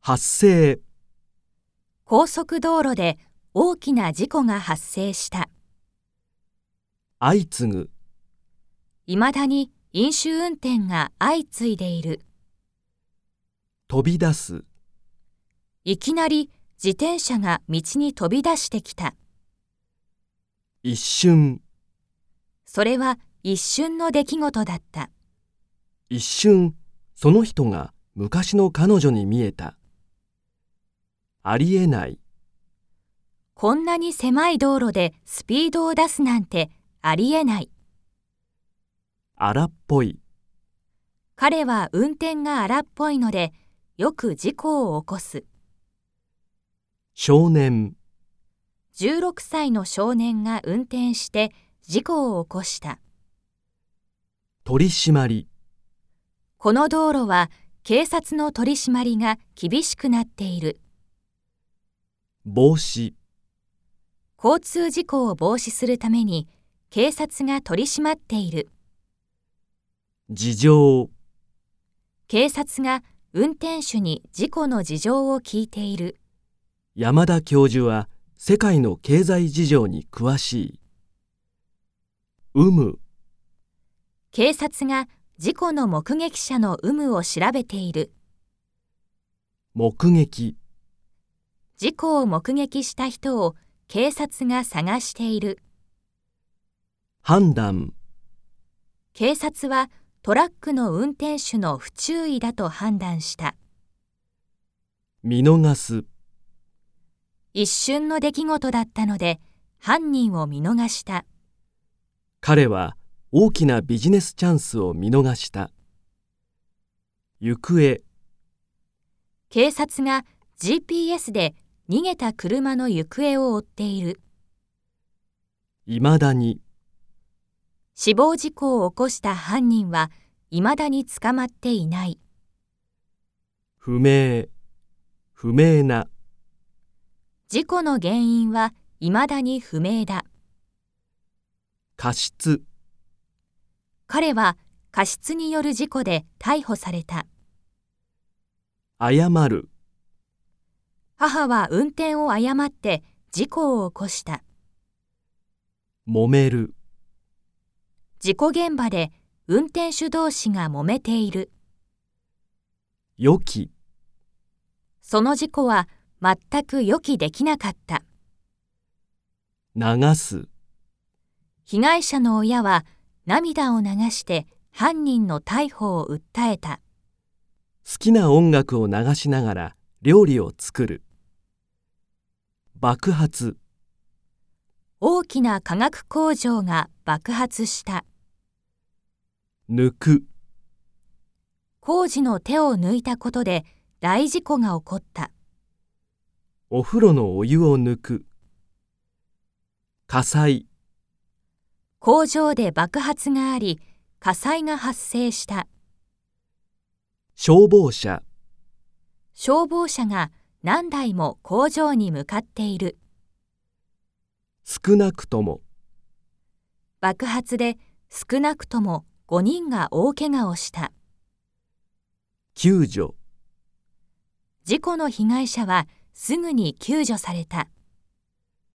発生、高速道路で大きな事故が発生した。相次ぐ、未だに飲酒運転が相次いでいる。飛び出す、いきなり自転車が道に飛び出してきた。一瞬、それは一瞬の出来事だった。一瞬、その人が昔の彼女に見えた。ありえない、こんなに狭い道路でスピードを出すなんてありえない。荒っぽい、彼は運転が荒っぽいので、よく事故を起こす。少年、 16歳の少年が運転して事故を起こした。取り締まり、この道路は警察の取り締まりが厳しくなっている。防止、交通事故を防止するために警察が取り締まっている。事情、警察が運転手に事故の事情を聞いている。山田教授は世界の経済事情に詳しい。有無、警察が事故の目撃者の有無を調べている。目撃、事故を目撃した人を警察が探している。判断、警察はトラックの運転手の不注意だと判断した。見逃す、一瞬の出来事だったので犯人を見逃した。彼は大きなビジネスチャンスを見逃した。行方、警察が GPS で逃げた車の行方を追っている。未だに、死亡事故を起こした犯人は未だに捕まっていない。不明、不明な、事故の原因は未だに不明だ。過失、彼は過失による事故で逮捕された。謝る、母は運転を誤って事故を起こした。揉める、事故現場で運転手同士が揉めている。予期、その事故は全く予期できなかった。流す、被害者の親は涙を流して犯人の逮捕を訴えた。好きな音楽を流しながら料理を作る。爆発、大きな化学工場が爆発した。抜く、工事の手を抜いたことで大事故が起こった。お風呂のお湯を抜く。火災、工場で爆発があり、火災が発生した。消防車、消防車が何台も工場に向かっている。少なくとも、爆発で少なくとも5人が大怪我をした。救助。事故の被害者はすぐに救助された。